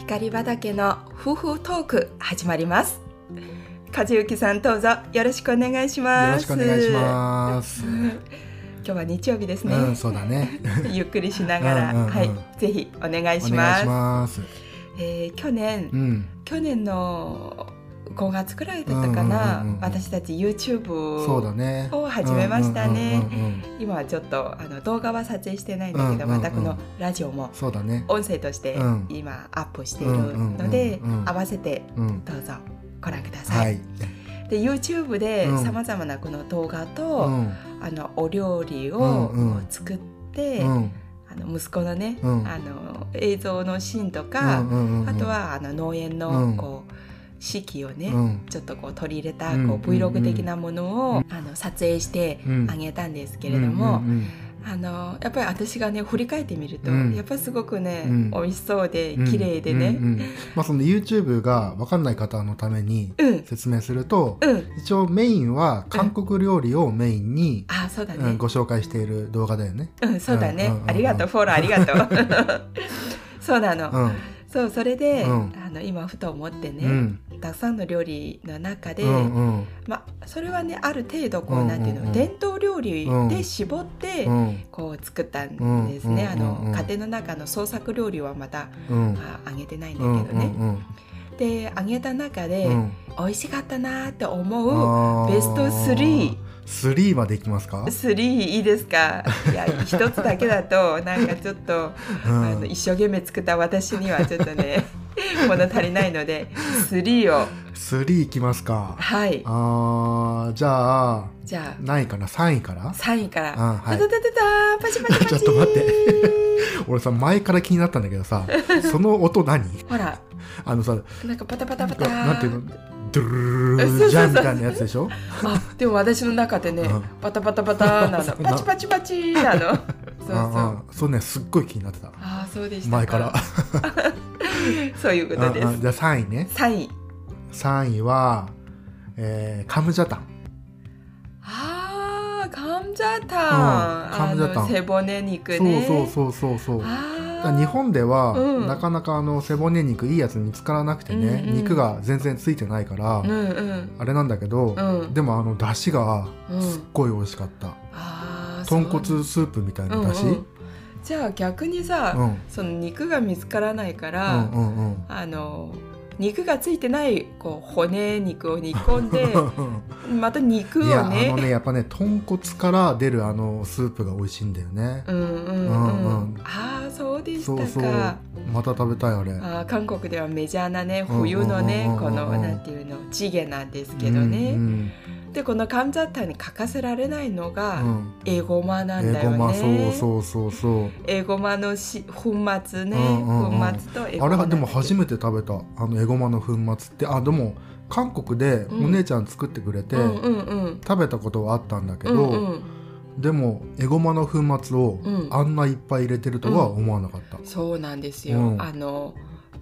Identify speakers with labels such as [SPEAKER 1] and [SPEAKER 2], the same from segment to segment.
[SPEAKER 1] 光畑の夫婦トーク始まります和幸さんどうぞよろしくお願いし
[SPEAKER 2] よ
[SPEAKER 1] ま
[SPEAKER 2] ろ
[SPEAKER 1] す
[SPEAKER 2] しくお願いします。
[SPEAKER 1] 今日は日曜日ですね、
[SPEAKER 2] うん、そうだね。
[SPEAKER 1] ゆっくりしながら
[SPEAKER 2] うんうんうん
[SPEAKER 1] はいぜひお願い
[SPEAKER 2] お
[SPEAKER 1] し
[SPEAKER 2] 願
[SPEAKER 1] ま
[SPEAKER 2] い
[SPEAKER 1] す
[SPEAKER 2] します。
[SPEAKER 1] えー去年、
[SPEAKER 2] うん、
[SPEAKER 1] 去年の5月くらいだったかな、
[SPEAKER 2] うんうんうんうん
[SPEAKER 1] 私たち YouTube
[SPEAKER 2] そうだね。
[SPEAKER 1] を始めましたね
[SPEAKER 2] うんうんうんうん
[SPEAKER 1] 今はちょっとあの動画は撮影してないんだけど、
[SPEAKER 2] うんうんうん
[SPEAKER 1] またこのラジオも
[SPEAKER 2] そうだね。
[SPEAKER 1] 音声として
[SPEAKER 2] うん
[SPEAKER 1] 今アップしているので、
[SPEAKER 2] うんうんうんうん
[SPEAKER 1] 合わせて
[SPEAKER 2] うん、
[SPEAKER 1] どうぞご覧くださ。
[SPEAKER 2] はいい。
[SPEAKER 1] で YouTube で
[SPEAKER 2] うん
[SPEAKER 1] さまざまなこの動画
[SPEAKER 2] う
[SPEAKER 1] と、
[SPEAKER 2] ん、
[SPEAKER 1] あのお料理を
[SPEAKER 2] うんうん
[SPEAKER 1] 作って、
[SPEAKER 2] うん、
[SPEAKER 1] あの息子のね、
[SPEAKER 2] うん
[SPEAKER 1] あの映像のシーンとか、
[SPEAKER 2] うん
[SPEAKER 1] あと、はあの農園
[SPEAKER 2] う
[SPEAKER 1] の
[SPEAKER 2] ん
[SPEAKER 1] こう四季をね、
[SPEAKER 2] うん、
[SPEAKER 1] ちょっとこう取り入れた
[SPEAKER 2] うん
[SPEAKER 1] こう Vlog 的なものを、あの撮影して
[SPEAKER 2] うん
[SPEAKER 1] あげたんですけれども、
[SPEAKER 2] うんうん
[SPEAKER 1] あのやっぱり私がね振り返ってみると、
[SPEAKER 2] うん
[SPEAKER 1] やっぱりすごくね、
[SPEAKER 2] うん
[SPEAKER 1] 美味しそうで
[SPEAKER 2] うん
[SPEAKER 1] 綺麗でね
[SPEAKER 2] うんうんまあその YouTube がわかんない方のために
[SPEAKER 1] うんうん、
[SPEAKER 2] 説明すると、一応メインは韓国料理をメインに、
[SPEAKER 1] あそうだね、
[SPEAKER 2] うんご紹介している動画だよね。
[SPEAKER 1] うん、そうだね、
[SPEAKER 2] うんうんうん
[SPEAKER 1] ありがとうフォローありがとう そうなの、
[SPEAKER 2] うん、
[SPEAKER 1] そうそれで、
[SPEAKER 2] うん
[SPEAKER 1] あの今ふと思って
[SPEAKER 2] う
[SPEAKER 1] ね、
[SPEAKER 2] ん、
[SPEAKER 1] たくさんの料理の中で、
[SPEAKER 2] うん、うん、
[SPEAKER 1] まあそれはねある程度こう、
[SPEAKER 2] うん
[SPEAKER 1] なんていう
[SPEAKER 2] うん
[SPEAKER 1] の
[SPEAKER 2] うん
[SPEAKER 1] 伝統料理で絞って、
[SPEAKER 2] うん、
[SPEAKER 1] こう作ったんですね、
[SPEAKER 2] うんうんうんうん
[SPEAKER 1] あの家庭の中の創作料理はまた、
[SPEAKER 2] うん、
[SPEAKER 1] ああげてないんだ
[SPEAKER 2] う
[SPEAKER 1] けど
[SPEAKER 2] ん、うん、
[SPEAKER 1] ね、
[SPEAKER 2] うん
[SPEAKER 1] であげた中で、
[SPEAKER 2] うん。
[SPEAKER 1] 美味しかったなーって思うベ
[SPEAKER 2] ベ
[SPEAKER 1] スト3
[SPEAKER 2] 3までいきますか、
[SPEAKER 1] 3いいですかいや一つだけだとなんかちょっと、
[SPEAKER 2] うん
[SPEAKER 1] あの一生懸命作った私にはちょっとね 物足りないので3を
[SPEAKER 2] 3いきますか
[SPEAKER 1] はい
[SPEAKER 2] あーじゃあ
[SPEAKER 1] じゃ
[SPEAKER 2] 何位かな3位から
[SPEAKER 1] あ3位から
[SPEAKER 2] うんは
[SPEAKER 1] タタタ
[SPEAKER 2] い
[SPEAKER 1] タターンパチパチパチ
[SPEAKER 2] ちょっと待って俺さ前から気になったんだけどさその音何
[SPEAKER 1] ほら
[SPEAKER 2] あのさ
[SPEAKER 1] なんかパタパタパタ
[SPEAKER 2] なんていうのドゥルルルル
[SPEAKER 1] そうそうそう
[SPEAKER 2] ルジャンみたいなやつでしょ
[SPEAKER 1] あでも私の中でね、
[SPEAKER 2] うん
[SPEAKER 1] パタパタパタ なの
[SPEAKER 2] そう
[SPEAKER 1] パチパチパチな のそうそう
[SPEAKER 2] うんうんそうねすっごい気になってた
[SPEAKER 1] ああそうでした
[SPEAKER 2] 前から
[SPEAKER 1] そういうことで
[SPEAKER 2] うんうん
[SPEAKER 1] す
[SPEAKER 2] じゃあ3位ね
[SPEAKER 1] 3位
[SPEAKER 2] 3位は、えーカムジャタン
[SPEAKER 1] あーカムジャ
[SPEAKER 2] うん
[SPEAKER 1] タン、
[SPEAKER 2] カムジャタン
[SPEAKER 1] あの背骨肉
[SPEAKER 2] そう
[SPEAKER 1] ね
[SPEAKER 2] そう
[SPEAKER 1] う
[SPEAKER 2] そうそうそうだか
[SPEAKER 1] あ
[SPEAKER 2] ら日本では、
[SPEAKER 1] うん
[SPEAKER 2] なかなかあの背骨肉いいやつ見つからなくてね、
[SPEAKER 1] うんうん
[SPEAKER 2] 肉が全然ついてないから、
[SPEAKER 1] ーうんうん
[SPEAKER 2] あれなんだけど、
[SPEAKER 1] うん
[SPEAKER 2] でもあの出汁が
[SPEAKER 1] うん
[SPEAKER 2] すっごい美味しかった、
[SPEAKER 1] あー
[SPEAKER 2] 豚骨スープみたい
[SPEAKER 1] そう
[SPEAKER 2] な
[SPEAKER 1] うん
[SPEAKER 2] 出汁
[SPEAKER 1] うんじゃあ逆にさ、
[SPEAKER 2] うん
[SPEAKER 1] その肉が見つからないか
[SPEAKER 2] う
[SPEAKER 1] ら、
[SPEAKER 2] んうんうん
[SPEAKER 1] あの肉がついてないこう骨肉を煮込ん で
[SPEAKER 2] い
[SPEAKER 1] また肉を
[SPEAKER 2] やあ
[SPEAKER 1] ね
[SPEAKER 2] のねやっぱね豚骨から出るあのスープが美味しいんだよね
[SPEAKER 1] う、んうんうん、
[SPEAKER 2] うんうん
[SPEAKER 1] ああそうでした
[SPEAKER 2] そ
[SPEAKER 1] か
[SPEAKER 2] うそうまた食べたいあれ
[SPEAKER 1] あー韓国ではメジャーなね
[SPEAKER 2] うんうんうんうん
[SPEAKER 1] 冬のね、このなんていうのチゲなんですけどね、
[SPEAKER 2] うん
[SPEAKER 1] でこのカムジャタンに欠かせられないの
[SPEAKER 2] う
[SPEAKER 1] が、
[SPEAKER 2] ん
[SPEAKER 1] エゴマな
[SPEAKER 2] うんん
[SPEAKER 1] だ
[SPEAKER 2] え
[SPEAKER 1] よ
[SPEAKER 2] ご
[SPEAKER 1] ね、
[SPEAKER 2] まそうそうそうそう
[SPEAKER 1] エゴマのし粉末ね、
[SPEAKER 2] うんうんうん
[SPEAKER 1] 粉末とエゴ
[SPEAKER 2] あ
[SPEAKER 1] マ
[SPEAKER 2] れ
[SPEAKER 1] な
[SPEAKER 2] は
[SPEAKER 1] ん
[SPEAKER 2] で
[SPEAKER 1] だ
[SPEAKER 2] も初
[SPEAKER 1] け
[SPEAKER 2] めて食べたあのエゴマの粉末ってあでも韓国でお
[SPEAKER 1] うん
[SPEAKER 2] 姉ちゃん作ってくれて、
[SPEAKER 1] どうんうんうん
[SPEAKER 2] 食べたことはあったんだけ
[SPEAKER 1] う
[SPEAKER 2] ど、
[SPEAKER 1] んうん
[SPEAKER 2] でもエゴマの粉末を
[SPEAKER 1] うん
[SPEAKER 2] あんないっぱい入れてるとは思わなかった、
[SPEAKER 1] そうなんですよ、
[SPEAKER 2] うん
[SPEAKER 1] あの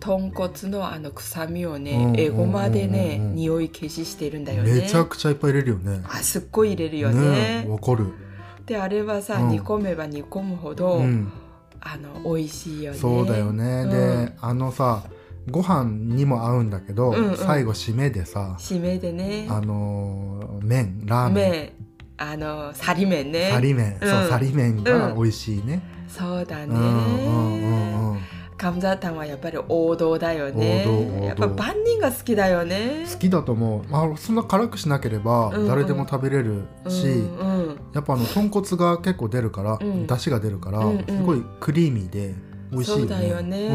[SPEAKER 1] 豚骨のあの臭みをね、
[SPEAKER 2] うんうんうんうん
[SPEAKER 1] エゴマでね匂い消ししてるんだよね
[SPEAKER 2] めちゃくちゃいっぱい入れるよね
[SPEAKER 1] あすっごい入れるよ
[SPEAKER 2] ね
[SPEAKER 1] ね
[SPEAKER 2] えわかる、
[SPEAKER 1] であれはさ、
[SPEAKER 2] うん
[SPEAKER 1] 煮込めば煮込むほど、
[SPEAKER 2] うん、
[SPEAKER 1] あの美味しいよね
[SPEAKER 2] そうだよね、
[SPEAKER 1] うん
[SPEAKER 2] であのさご飯にも合うんだけど、
[SPEAKER 1] うんうん
[SPEAKER 2] 最後締めでさ
[SPEAKER 1] 締めでね
[SPEAKER 2] あのー麺ラーメン
[SPEAKER 1] 麺あのさり麺ね
[SPEAKER 2] サリ麺、そ
[SPEAKER 1] う
[SPEAKER 2] う
[SPEAKER 1] ん
[SPEAKER 2] サリ麺が美味しいね、
[SPEAKER 1] そうだ
[SPEAKER 2] うん、うんうん
[SPEAKER 1] ね
[SPEAKER 2] うん
[SPEAKER 1] カムジャタンはやっぱり王道だよね
[SPEAKER 2] 王道王道
[SPEAKER 1] やっぱ万人が好きだよね
[SPEAKER 2] 好きだと思う、まあ、そんな辛くしなければ
[SPEAKER 1] うんうん
[SPEAKER 2] 誰でも食べれるし、
[SPEAKER 1] うんうん
[SPEAKER 2] やっぱあの豚骨が結構出るから、
[SPEAKER 1] うん
[SPEAKER 2] 出汁が出るから、
[SPEAKER 1] うんうん
[SPEAKER 2] すごいクリーミーで美味しいよ
[SPEAKER 1] そ
[SPEAKER 2] ね。
[SPEAKER 1] うだよね
[SPEAKER 2] うんう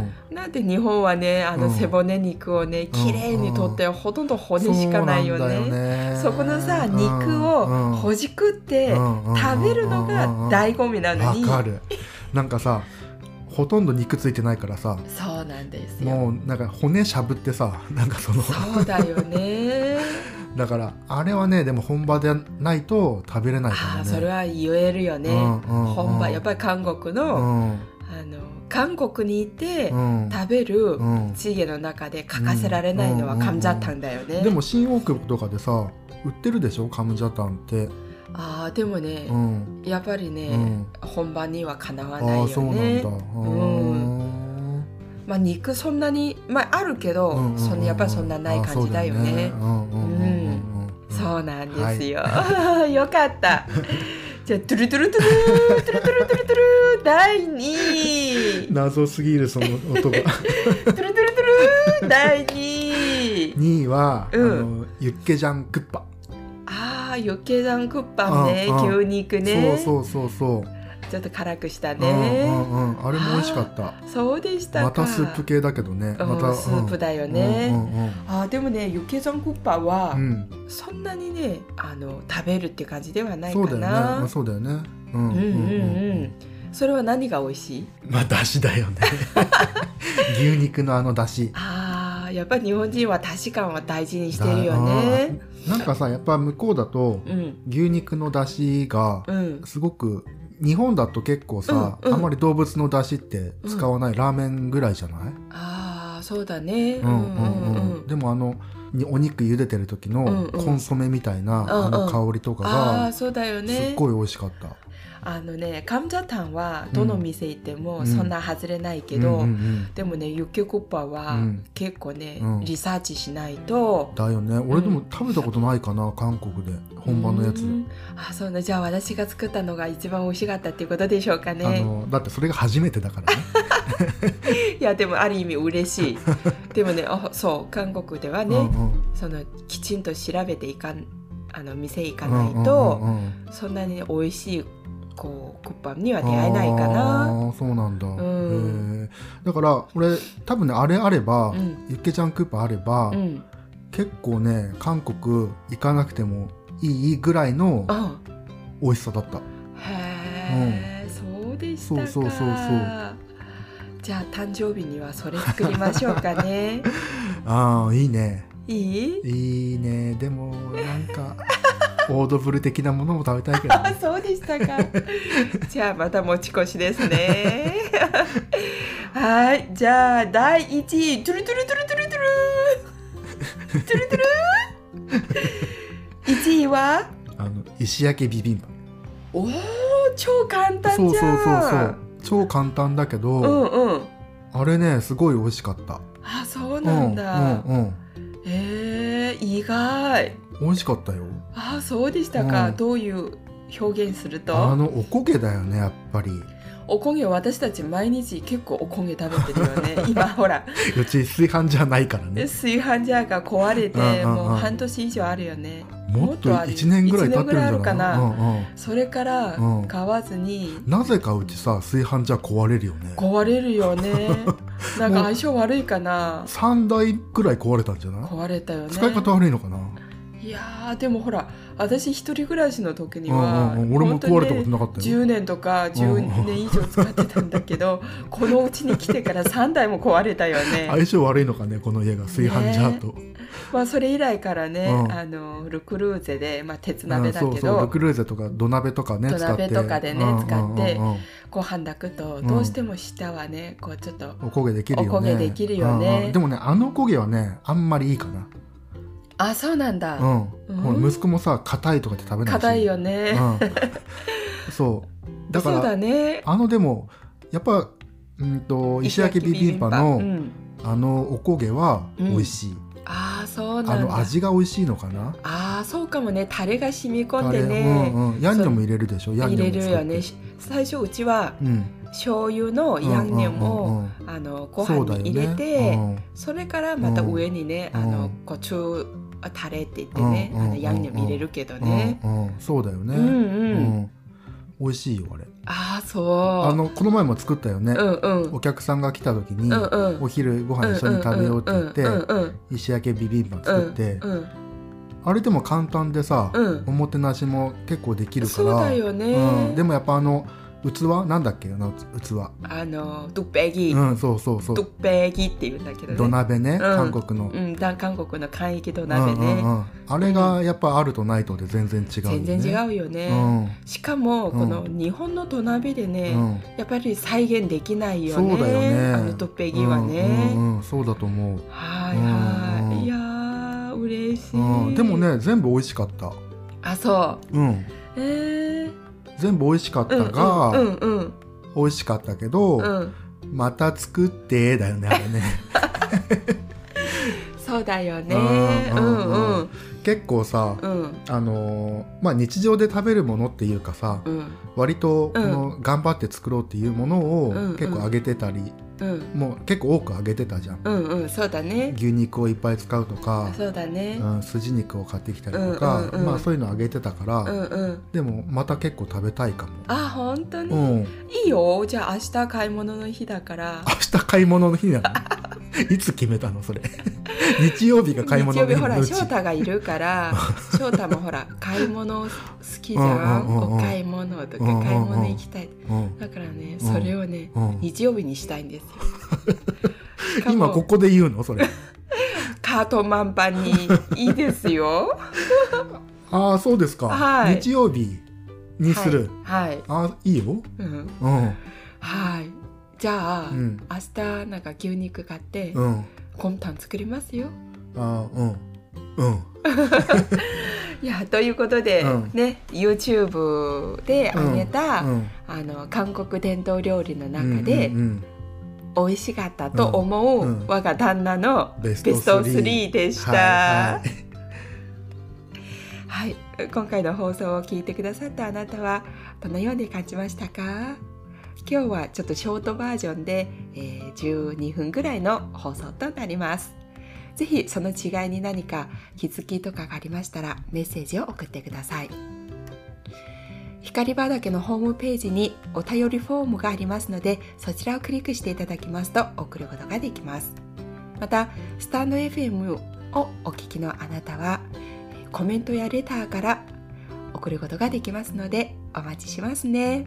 [SPEAKER 2] んうん、
[SPEAKER 1] なんで日本はねあの
[SPEAKER 2] うん
[SPEAKER 1] 背骨肉をね綺麗に取ってほとんど骨しかないよ
[SPEAKER 2] そうなんだ
[SPEAKER 1] ね
[SPEAKER 2] よね
[SPEAKER 1] そこのさ肉
[SPEAKER 2] うん
[SPEAKER 1] を
[SPEAKER 2] うん
[SPEAKER 1] ほじくって
[SPEAKER 2] うんうん
[SPEAKER 1] 食べるのが醍醐味なのに
[SPEAKER 2] わかる。なんかさほとんど肉ついてないからさ
[SPEAKER 1] そうなんですよ
[SPEAKER 2] もうなんか骨しゃぶってさなんかその
[SPEAKER 1] そうだ よね
[SPEAKER 2] だからあれはねでも本場でないと食べれないから
[SPEAKER 1] あ
[SPEAKER 2] ね。
[SPEAKER 1] あそれは言えるよね、本場やっぱり韓国
[SPEAKER 2] りう
[SPEAKER 1] の,、
[SPEAKER 2] ん
[SPEAKER 1] あの韓国にいて
[SPEAKER 2] うん
[SPEAKER 1] 食べる
[SPEAKER 2] うん
[SPEAKER 1] チゲの中で欠かせられないのは
[SPEAKER 2] うん
[SPEAKER 1] カムジャタンだよね、
[SPEAKER 2] でも新大久保とかでさ売ってるでしょカムジャタンって。
[SPEAKER 1] あーでもね
[SPEAKER 2] う、ん
[SPEAKER 1] やっぱりね、
[SPEAKER 2] うん
[SPEAKER 1] 本場にはかなわ
[SPEAKER 2] あ
[SPEAKER 1] な
[SPEAKER 2] あ
[SPEAKER 1] いよ
[SPEAKER 2] そうなん
[SPEAKER 1] ね
[SPEAKER 2] だ。
[SPEAKER 1] ん
[SPEAKER 2] う
[SPEAKER 1] まあ肉そんなにまああるけど、
[SPEAKER 2] うんうんうん
[SPEAKER 1] そんなやっぱりそんなない感じだよね
[SPEAKER 2] あ。そうだよねうんうんうんうんうん
[SPEAKER 1] そうなんですよ。よかった。じゃあトゥルトゥルトゥルートゥルトゥルトゥルトゥルー第2位。
[SPEAKER 2] 謎すぎるその 音が
[SPEAKER 1] トゥルトゥルトゥルー第2位。
[SPEAKER 2] 2位は、
[SPEAKER 1] うん
[SPEAKER 2] あのユッケジャンクッパ、
[SPEAKER 1] ああ余計なクッパンね
[SPEAKER 2] うんうん
[SPEAKER 1] 牛肉ね
[SPEAKER 2] そうそうそうそう、
[SPEAKER 1] ちょっと辛くした
[SPEAKER 2] うん
[SPEAKER 1] ね。
[SPEAKER 2] うんうんあれも美味しかった
[SPEAKER 1] そうでしたか。
[SPEAKER 2] またスープ系だけどね
[SPEAKER 1] うん
[SPEAKER 2] また、
[SPEAKER 1] スープだよ
[SPEAKER 2] う
[SPEAKER 1] ね。
[SPEAKER 2] んうんうん
[SPEAKER 1] ああでもね余計残クッパは。
[SPEAKER 2] うん
[SPEAKER 1] そんなにねあの食べるって感じではないか
[SPEAKER 2] そうだよね、ま
[SPEAKER 1] な
[SPEAKER 2] あ、そうだよねうん
[SPEAKER 1] うう
[SPEAKER 2] うんんうん
[SPEAKER 1] うん
[SPEAKER 2] ん
[SPEAKER 1] それは何が美味しい
[SPEAKER 2] まあだし だよね牛肉のあのだし
[SPEAKER 1] あーやっぱり日本人は確かは大事にしてるよね
[SPEAKER 2] あーなんかさやっぱ向こうだと
[SPEAKER 1] うん
[SPEAKER 2] 牛肉のだしが
[SPEAKER 1] うん
[SPEAKER 2] すごく日本だと結構さ、
[SPEAKER 1] うんうん
[SPEAKER 2] あんまり動物のだしって使わないラーメンぐらいじゃない、
[SPEAKER 1] ああそうだね
[SPEAKER 2] う
[SPEAKER 1] うんんう
[SPEAKER 2] う
[SPEAKER 1] ん
[SPEAKER 2] うん
[SPEAKER 1] んうん
[SPEAKER 2] でもあのにお肉茹でてる時
[SPEAKER 1] うん
[SPEAKER 2] の
[SPEAKER 1] うん
[SPEAKER 2] コンソメみたいな、あ
[SPEAKER 1] うんう
[SPEAKER 2] の
[SPEAKER 1] ん
[SPEAKER 2] 香りとか
[SPEAKER 1] ああ
[SPEAKER 2] が
[SPEAKER 1] そうだよ
[SPEAKER 2] す
[SPEAKER 1] ね
[SPEAKER 2] っごい美味しかった、
[SPEAKER 1] あのねカムジャタンはどの店行って
[SPEAKER 2] う
[SPEAKER 1] も
[SPEAKER 2] ん
[SPEAKER 1] そんな外れないけ
[SPEAKER 2] うん
[SPEAKER 1] ど、
[SPEAKER 2] うんうん
[SPEAKER 1] でもねユッケコッパは
[SPEAKER 2] うん
[SPEAKER 1] 結構ね、
[SPEAKER 2] うん
[SPEAKER 1] リサーチしないと
[SPEAKER 2] だよね俺でも食べたことないかな韓国で本場のやつ、
[SPEAKER 1] うんあそうねじゃあ私が作ったのが一番美味しかったっていうことでしょうか
[SPEAKER 2] あ
[SPEAKER 1] ね
[SPEAKER 2] のだってそれが初めてだからね
[SPEAKER 1] いやでもある意味嬉し いでもねあそう韓国ではね、
[SPEAKER 2] うんうん
[SPEAKER 1] そのきちんと調べていかんあの店行かないと、
[SPEAKER 2] うんうんうんうん
[SPEAKER 1] そんなに美味しいこうクッパには出会えないかな
[SPEAKER 2] あーそうなんだ、
[SPEAKER 1] ん
[SPEAKER 2] へえだから俺多分ねあれあれば、
[SPEAKER 1] うん
[SPEAKER 2] ユッケちゃんクーパーあれば、
[SPEAKER 1] うん
[SPEAKER 2] 結構ね韓国行かなくてもいいぐらいの
[SPEAKER 1] あ
[SPEAKER 2] 美味しさだった
[SPEAKER 1] へえ、そうでしたか
[SPEAKER 2] そうそうそうそう
[SPEAKER 1] じゃあ誕生日にはそれ作りましょうか ね
[SPEAKER 2] あーいいね
[SPEAKER 1] いい
[SPEAKER 2] いいねでもなん かオードブル的なものも食べたいけど
[SPEAKER 1] あ
[SPEAKER 2] ね
[SPEAKER 1] そうでした かじゃあまた持ち越しですね はいじゃあ第1位トゥルトゥルトゥルトゥルトゥルトゥルトゥル1位は
[SPEAKER 2] あの石焼きビビン
[SPEAKER 1] おお超簡
[SPEAKER 2] バ
[SPEAKER 1] 単じゃ
[SPEAKER 2] そ
[SPEAKER 1] ん
[SPEAKER 2] うそうそうそう超簡単だけど、
[SPEAKER 1] うんうん
[SPEAKER 2] あれねすごい美味しかった
[SPEAKER 1] あそうなんだ、
[SPEAKER 2] うんうん
[SPEAKER 1] えー、意外
[SPEAKER 2] うん、美味しかったよ
[SPEAKER 1] あそうでしたか、
[SPEAKER 2] うん
[SPEAKER 1] どういう表現する
[SPEAKER 2] あ
[SPEAKER 1] と
[SPEAKER 2] のおこげだよねやっぱり
[SPEAKER 1] おこげ私たち毎日結構おこげ食べてるよね 今ほら
[SPEAKER 2] うち炊飯じゃないからね
[SPEAKER 1] 炊飯ジャーが壊れて
[SPEAKER 2] うんうんうん
[SPEAKER 1] もう半年以上あるよね
[SPEAKER 2] もっと
[SPEAKER 1] もっとある
[SPEAKER 2] 1年ぐらい経ってるん
[SPEAKER 1] 一
[SPEAKER 2] じゃない
[SPEAKER 1] 年ぐらいあるかな
[SPEAKER 2] うんうん
[SPEAKER 1] それから
[SPEAKER 2] うん
[SPEAKER 1] 買わずに
[SPEAKER 2] なぜかうちさ炊飯じゃ壊れるよね
[SPEAKER 1] 壊れるよ ねなんか相性悪いかな
[SPEAKER 2] 3台ぐらい壊れたんじゃない
[SPEAKER 1] 壊れたよね
[SPEAKER 2] 使い方悪いのかな、
[SPEAKER 1] いやーでもほら私一人暮らしの時に
[SPEAKER 2] うん
[SPEAKER 1] は、
[SPEAKER 2] うんうん、俺も
[SPEAKER 1] 本当に
[SPEAKER 2] 壊
[SPEAKER 1] ね
[SPEAKER 2] れたことなかったよ、
[SPEAKER 1] 10年とか10年以上使ってたんだけど、このうちに来てから3台も壊れたよね。
[SPEAKER 2] 相性悪いのかねこの家が炊飯ジャーと、
[SPEAKER 1] まあそれ以来からね、
[SPEAKER 2] うん
[SPEAKER 1] あのルクルーゼで、まあ、鉄
[SPEAKER 2] う
[SPEAKER 1] 鍋
[SPEAKER 2] ん
[SPEAKER 1] だ
[SPEAKER 2] そう
[SPEAKER 1] け
[SPEAKER 2] そう
[SPEAKER 1] ど、
[SPEAKER 2] ルクルーゼとか土鍋とかね
[SPEAKER 1] 土
[SPEAKER 2] 使って
[SPEAKER 1] 鍋とかでね
[SPEAKER 2] うん
[SPEAKER 1] 使って
[SPEAKER 2] うんうんうん
[SPEAKER 1] ご飯炊くと
[SPEAKER 2] ん
[SPEAKER 1] どうしても下はねこうちょっと
[SPEAKER 2] おこげできるよね
[SPEAKER 1] おこげできるよね
[SPEAKER 2] うんうんでもねあのおこげはねあんまりいいかな
[SPEAKER 1] あそうなんだ
[SPEAKER 2] うん、ほら
[SPEAKER 1] うん
[SPEAKER 2] 息子もさ硬いとかって食べないし
[SPEAKER 1] 硬いよね。
[SPEAKER 2] うん、そうだか
[SPEAKER 1] そう
[SPEAKER 2] ら
[SPEAKER 1] だね
[SPEAKER 2] あのでもやっぱうんと石焼きビビンパの
[SPEAKER 1] うん
[SPEAKER 2] あのおこげは美味しい、
[SPEAKER 1] ああそう
[SPEAKER 2] あ
[SPEAKER 1] なん
[SPEAKER 2] の
[SPEAKER 1] だ。
[SPEAKER 2] 味が美味しいのかな
[SPEAKER 1] ああそうかもねタレが染み込ん
[SPEAKER 2] あれ
[SPEAKER 1] でね、
[SPEAKER 2] うんうん、ヤンニョム入れるでしょヤン
[SPEAKER 1] 入れ
[SPEAKER 2] ニョム
[SPEAKER 1] る
[SPEAKER 2] 作っ
[SPEAKER 1] よ
[SPEAKER 2] て
[SPEAKER 1] ね。最初うちは
[SPEAKER 2] うん、
[SPEAKER 1] 醤油のヤンニョムを、
[SPEAKER 2] うんうんうんうん
[SPEAKER 1] あのご
[SPEAKER 2] そ
[SPEAKER 1] 飯
[SPEAKER 2] うだよね
[SPEAKER 1] に入れてそ,、
[SPEAKER 2] うん
[SPEAKER 1] れからまた上にね、
[SPEAKER 2] うん
[SPEAKER 1] あのこう中タレって言ってね、
[SPEAKER 2] うんうんうんうん
[SPEAKER 1] あのヤンニョム入れるけどね、
[SPEAKER 2] うんうん、そうだよね、
[SPEAKER 1] うん
[SPEAKER 2] ん
[SPEAKER 1] うん、
[SPEAKER 2] 美味しいよあれ
[SPEAKER 1] ああそう
[SPEAKER 2] あのこの前も作ったよね、
[SPEAKER 1] うんうん
[SPEAKER 2] お客さんが来た時に、
[SPEAKER 1] うんうん
[SPEAKER 2] お昼ご飯一緒に食べようって言って、
[SPEAKER 1] うんうん
[SPEAKER 2] 石焼きビビンバ
[SPEAKER 1] うん
[SPEAKER 2] 作って、
[SPEAKER 1] うん
[SPEAKER 2] あれでも簡単でさ、
[SPEAKER 1] うん
[SPEAKER 2] おもてなしも結構できるか
[SPEAKER 1] そう
[SPEAKER 2] ら
[SPEAKER 1] だよね、
[SPEAKER 2] うん、でもやっぱあの器なんだっけあの器
[SPEAKER 1] あのドゥッペギ、
[SPEAKER 2] うんそうそうそ
[SPEAKER 1] ドゥ
[SPEAKER 2] う
[SPEAKER 1] ッペギって言うんだけど
[SPEAKER 2] 土
[SPEAKER 1] ね
[SPEAKER 2] 鍋ね、
[SPEAKER 1] ん
[SPEAKER 2] 韓国の、
[SPEAKER 1] うん、だ韓国の簡易土鍋ね、
[SPEAKER 2] うんうんうんあれがやっぱあるとないとで全然違うよね、
[SPEAKER 1] 全然
[SPEAKER 2] う
[SPEAKER 1] 違うよね、
[SPEAKER 2] ん、
[SPEAKER 1] しかも
[SPEAKER 2] うん
[SPEAKER 1] この日本の土鍋でね、
[SPEAKER 2] うん
[SPEAKER 1] やっぱり再現できないよね
[SPEAKER 2] そうだよね
[SPEAKER 1] あのドゥッペギはね、
[SPEAKER 2] うんうんうんそうだと思う、
[SPEAKER 1] はいは
[SPEAKER 2] うんうん
[SPEAKER 1] い。いやー嬉しい、
[SPEAKER 2] うん、でも。ね全部美味しかった
[SPEAKER 1] あそ
[SPEAKER 2] うん
[SPEAKER 1] う。えー、
[SPEAKER 2] 全部美味しかったが、
[SPEAKER 1] うんうん
[SPEAKER 2] 美味しかったけど、
[SPEAKER 1] うんうん
[SPEAKER 2] また作ってだよねあれね
[SPEAKER 1] そうだよね。
[SPEAKER 2] う
[SPEAKER 1] うん
[SPEAKER 2] うん
[SPEAKER 1] ん
[SPEAKER 2] う
[SPEAKER 1] うん
[SPEAKER 2] 結構さ
[SPEAKER 1] うん
[SPEAKER 2] あのーまあ日常で食べるものっていうかさ
[SPEAKER 1] うん
[SPEAKER 2] 割とこの頑張って作ろうっていうものを
[SPEAKER 1] うんうん
[SPEAKER 2] 結構あげてたり、
[SPEAKER 1] うん
[SPEAKER 2] もう結構多くあげてたじゃん、
[SPEAKER 1] うんうんそうだね。
[SPEAKER 2] 牛肉をいっぱい使うとか
[SPEAKER 1] そうだね。
[SPEAKER 2] うん、筋肉を買ってきたりとか、
[SPEAKER 1] うんうんうん
[SPEAKER 2] まあそういうのあげてたから、
[SPEAKER 1] うんうん。
[SPEAKER 2] でもまた結構食べたいかも。
[SPEAKER 1] あ本当
[SPEAKER 2] う
[SPEAKER 1] に。
[SPEAKER 2] ん、明
[SPEAKER 1] いいよ。じゃあ明日買い物の日だから。
[SPEAKER 2] 日買い物の日な のいつ決めたのそれ日曜日が買い物の
[SPEAKER 1] 日曜
[SPEAKER 2] 日
[SPEAKER 1] 日ほ
[SPEAKER 2] の
[SPEAKER 1] ら
[SPEAKER 2] う
[SPEAKER 1] 翔
[SPEAKER 2] ち
[SPEAKER 1] 太がいるから 翔太もほら買い物好きじゃ
[SPEAKER 2] うんうんうんうん
[SPEAKER 1] んお買い物とか
[SPEAKER 2] うんうんうん
[SPEAKER 1] 買い物行きたい
[SPEAKER 2] うん
[SPEAKER 1] だからね
[SPEAKER 2] うん
[SPEAKER 1] それをね
[SPEAKER 2] うん、
[SPEAKER 1] 日曜日にしたいんですよしかも
[SPEAKER 2] 今ここで言うのそ れ
[SPEAKER 1] カート満帆にいいです よ
[SPEAKER 2] ああそうですか、
[SPEAKER 1] はい
[SPEAKER 2] 日曜日にする、
[SPEAKER 1] はい、はい
[SPEAKER 2] ああいいよ
[SPEAKER 1] うん、
[SPEAKER 2] うん
[SPEAKER 1] はいじゃあ、
[SPEAKER 2] うん
[SPEAKER 1] 明日なんか牛肉買って、
[SPEAKER 2] うん
[SPEAKER 1] コンタン作りますよ
[SPEAKER 2] あーうんうん
[SPEAKER 1] いやということで、
[SPEAKER 2] うん
[SPEAKER 1] ね YouTube であげた、
[SPEAKER 2] うん
[SPEAKER 1] あの韓国伝統料理の
[SPEAKER 2] うん
[SPEAKER 1] 中で、
[SPEAKER 2] うんうん
[SPEAKER 1] 美味しかったと思う、
[SPEAKER 2] うんうん
[SPEAKER 1] 我が旦那の
[SPEAKER 2] ベス
[SPEAKER 1] ベスト
[SPEAKER 2] 3
[SPEAKER 1] 3でした。
[SPEAKER 2] は、
[SPEAKER 1] はい
[SPEAKER 2] はい
[SPEAKER 1] い、今回の放送を聞いてくださったあなたはどのように感じましたか今日はちょっとショートバージョンで、えー12分ぐらいの放送となります。ぜひその違いに何か気づきとかがありましたらメッセージを送ってください。光畑のホームページにお便りフォームがありますのでそちらをクリックしていただきますと送ることができますまたスタンド FM をお聞きのあなたはコメントやレターから送ることができますのでお待ちしますね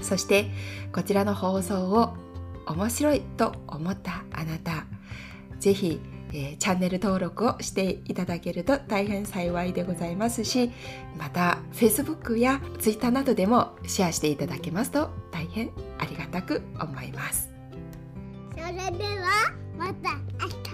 [SPEAKER 1] そしてこちらの放送を面白いと思ったあなたぜひ、えーチャンネル登録をしていただけると大変幸いでございますしまた Facebook や Twitter などでもシェアしていただけますと大変ありがたく思います
[SPEAKER 3] それではまた明日